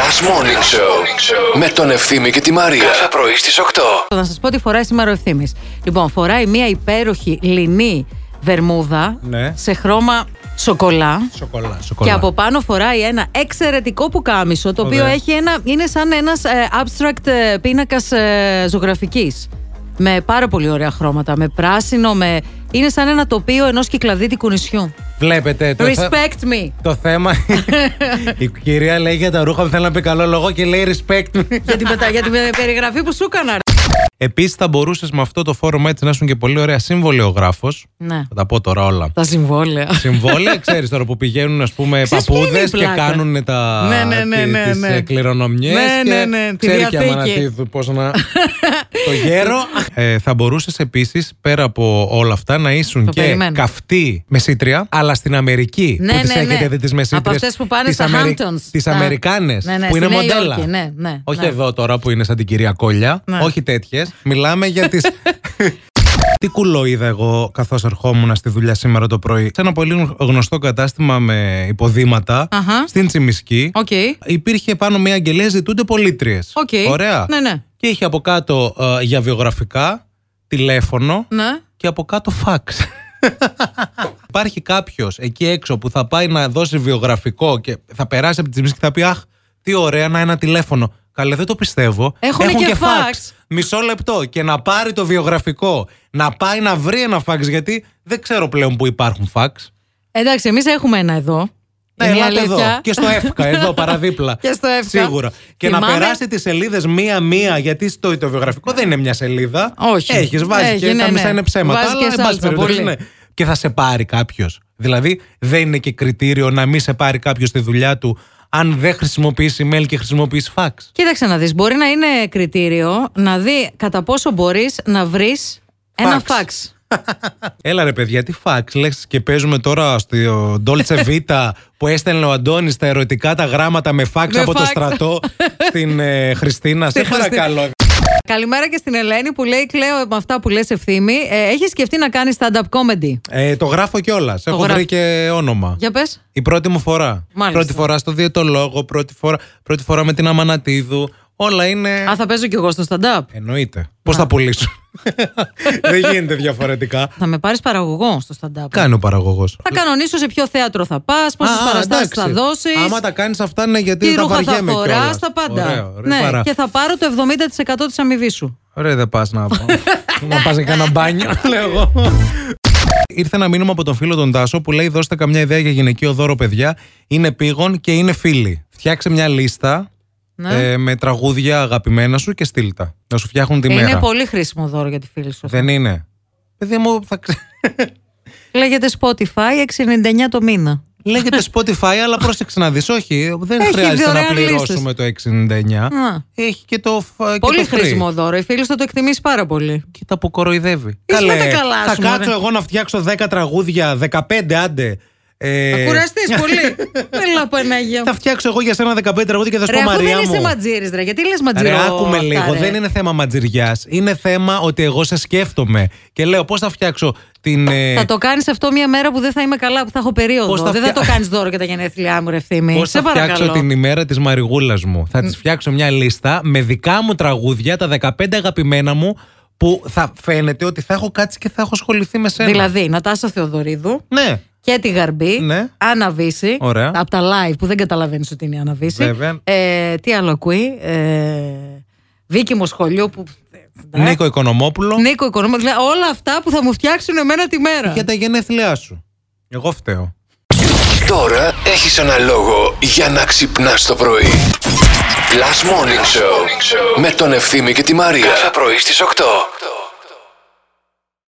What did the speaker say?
Last Morning Show με τον Ευθύμη και τη Μαρία. Κάθε πρωί στις 8. Να σας πω τι φοράει σήμερα ο ευθύνη. Λοιπόν, φοράει μια υπέροχη λινή βερμούδα Ναι. σε χρώμα σοκολά. Σοκολά. Και από πάνω φοράει ένα εξαιρετικό πουκάμισο το οποίο Ωραία. έχει ένα, είναι σαν ένας ε, abstract ε, πίνακας ε, ζωγραφικής με πάρα πολύ ωραία χρώματα, με πράσινο, με... είναι σαν ένα τοπίο ενός κυκλαδίτη Ναι. νησιού. Βλέπετε το, θε- Respect me! το θέμα. η κυρία λέει για τα ρούχα που θέλει να πει καλό λόγο και λέει respect me. για, την, πετα- για την περιγραφή που σου έκανα. ρε. Επίσης, θα μπορούσες με αυτό το φόρουμ έτσι να ήσουν και πολύ ωραία συμβολιογράφος. Ναι. Θα τα πω τώρα όλα. Τα συμβόλαια. Συμβόλαια, ξέρεις τώρα που πηγαίνουν, ας πούμε, Ξέρεις ποια είναι η παππούδες και πλάκα. κάνουν τα. Ναι, ναι, ναι, τι- ναι, τις, ναι. ε, κληρονομιές Ναι, και ναι, ναι, τη Ξέρει και Διαθήκη. Αμανατίδου πώς να. το γέρο. Ε, θα μπορούσες επίσης πέρα από όλα αυτά να ήσουν Το και περιμένω. καυτή μεσήτρια, αλλά στην Αμερική. Ναι, που τις ναι, έχετε ναι. δει τις μεσήτριε. Από αυτές που πάνε στα Hamptons. Τι Στα- Αμερικάνες. Ναι, ναι, Που στη είναι Νέα μοντέλα. Υόρκη, ναι, ναι, Όχι ναι. εδώ τώρα που είναι σαν την κυρία Κόλια. Ναι. Όχι τέτοιες. Μιλάμε για τις. Τι κουλό είδα εγώ καθώς ερχόμουν στη δουλειά σήμερα το πρωί. Σε ένα πολύ γνωστό κατάστημα με υποδήματα Αχα. στην Τσιμισκή. Οκ. Υπήρχε πάνω μια αγγελία, ζητούνται πολίτριες. Οκ. Ωραία. Ναι, ναι. Και είχε από κάτω ε, για βιογραφικά, τηλέφωνο Ναι. και από κάτω φαξ. Υπάρχει κάποιος εκεί έξω που θα πάει να δώσει βιογραφικό και θα περάσει από τη Τσιμισκή και θα πει Αχ, τι ωραία να ένα τηλέφωνο. Καλέ, δεν το πιστεύω. Έχουνε Έχουν και και φαξ. φαξ. Μισό λεπτό. Και να πάρει το βιογραφικό, να πάει να βρει ένα φαξ, γιατί δεν ξέρω πλέον που υπάρχουν φαξ. Εντάξει, εμείς έχουμε ένα εδώ. Ναι, Είναι η ελάτε εδώ. αλήθεια. Και στο ΕΦΚΑ, εδώ παραδίπλα. Και στο ΕΦΚΑ. Σίγουρα. Και να Θυμάμαι- περάσει τις σελίδες μία-μία, γιατί στο το βιογραφικό δεν είναι μια σελίδα. Όχι. Έχεις, βάζει Έχει, και ναι, τα ναι. μισά είναι ψέματα. Βάζει αλλά, και εν πάση σάλτσα, περιπτώσει, πολύ. ναι. Και θα σε πάρει κάποιος. Δηλαδή, δεν είναι και κριτήριο να μην σε πάρει κάποιος στη δουλειά του αν δεν χρησιμοποιήσει email και χρησιμοποιήσει fax. Κοίταξε να δεις, μπορεί να είναι κριτήριο να δει κατά πόσο μπορείς να βρεις ένα Fax. φαξ. Έλα ρε παιδιά, τι fax λέξεις και παίζουμε τώρα στο Dolce Vita που έστελνε ο Αντώνης τα ερωτικά τα γράμματα με fax Με από το fax. στρατό στην ε, Χριστίνα. Σε Χριστίνα. παρακαλώ. Καλημέρα και στην Ελένη που λέει, κλαίω με αυτά που λες ευθύμη, ε, έχεις σκεφτεί να κάνεις stand-up comedy. Ε, το γράφω κιόλας. Έχω γράφω. βρει και όνομα. Για πες. Η πρώτη μου φορά. Μάλιστα. Πρώτη φορά στο διαιτολόγο, πρώτη φορά, πρώτη φορά με την Αμανατίδου. Όλα είναι. Α, θα παίζω κι εγώ στο stand-up. Εννοείται. Πώς θα πουλήσω. Δεν γίνεται διαφορετικά. Θα με πάρεις παραγωγό στο stand-up. Κάνει ο παραγωγός. Θα κανονίσω σε ποιο θέατρο θα πας, πόσες παραστάσεις θα δώσεις. Άμα τα κάνεις αυτά, ναι, γιατί Τι τα ρούχα θα βαριέμαι φοράς, κιόλας. τα πάντα. Ωραίο, ρε, ναι, παρά. και θα πάρω το 70% της αμοιβής σου. Ρε, δεν πας να πάω. να πας να κάνω μπάνιο, λέω εγώ. Ήρθε ένα μήνυμα από τον φίλο τον Τάσο που λέει: Δώστε καμιά ιδέα για γυναικείο δώρο, παιδιά. Είναι πήγον και είναι φίλοι. Φτιάξε μια λίστα Ναι. ε, με τραγούδια αγαπημένα σου και στείλτα. Να σου φτιάχνουν τη Ε, Είναι μέρα. πολύ χρήσιμο δώρο για τη φίλη σου. Δεν είναι. Παιδί μου, θα ξε- Λέγεται Spotify 6,99 το μήνα. Λέγεται Spotify, αλλά πρόσεξε να δεις Όχι, δεν Έχει χρειάζεται να δωρεάν πληρώσουμε το 699. Να. Έχει και το. φ- και Πολύ το free. χρήσιμο δώρο. Η φίλη θα το εκτιμήσει πάρα πολύ. Και τα που κοροϊδεύει. Είσαι με τα καλά θα σου, μωρέ. κάτσω εγώ να φτιάξω 10 τραγούδια, 15 άντε. Ε, Θα κουραστείς πολύ. Έλα, Παναγία. μου. Θα φτιάξω εγώ για σένα 15 τραγούδια και θα σου Ρε, αφού πω Μαρία δεν είσαι μου. ματζήρη, ρε, γιατί λες ματζήρη. Ρε, άκουμε λίγο. Δεν είναι θέμα ματζηριά. Είναι θέμα ότι εγώ σε σκέφτομαι. Και λέω πώς θα φτιάξω την. ε, Θα το κάνεις αυτό μια μέρα που δεν θα είμαι καλά, που θα έχω περίοδο. Πώς θα δεν θα το φτιά- κάνεις δώρο για τα γενέθλιά μου, ρε ευθύμη. Πώς Σε θα φτιάξω παρακαλώ. την ημέρα της Μαριγούλας μου. Θα της φτιάξω μια λίστα με δικά μου τραγούδια, τα 15 αγαπημένα μου, που θα φαίνεται ότι θα έχω κάτσει και θα έχω ασχοληθεί με σένα. Δηλαδή, Νατάσα Θεοδωρίδου Ναι. και τη Γαρμπή, Ναι. Άννα Βύση, Ωραία. από τα live που δεν καταλαβαίνεις ότι είναι η Άννα Βύση. Βέβαια. Ε, τι άλλο ακούει. Ε, Βίκη Μοσχολιού που. Ε. Νίκο Οικονομόπουλο. Νίκο Οικονόμου, δηλαδή όλα αυτά που θα μου φτιάξουν εμένα τη μέρα. Για τα γενέθλιά σου. Εγώ φταίω. Τώρα έχεις ένα λόγο για να ξυπνάς το πρωί. Last Morning Show με τον Ευθύμη και τη Μαρία. Κάθε πρωί στις 8.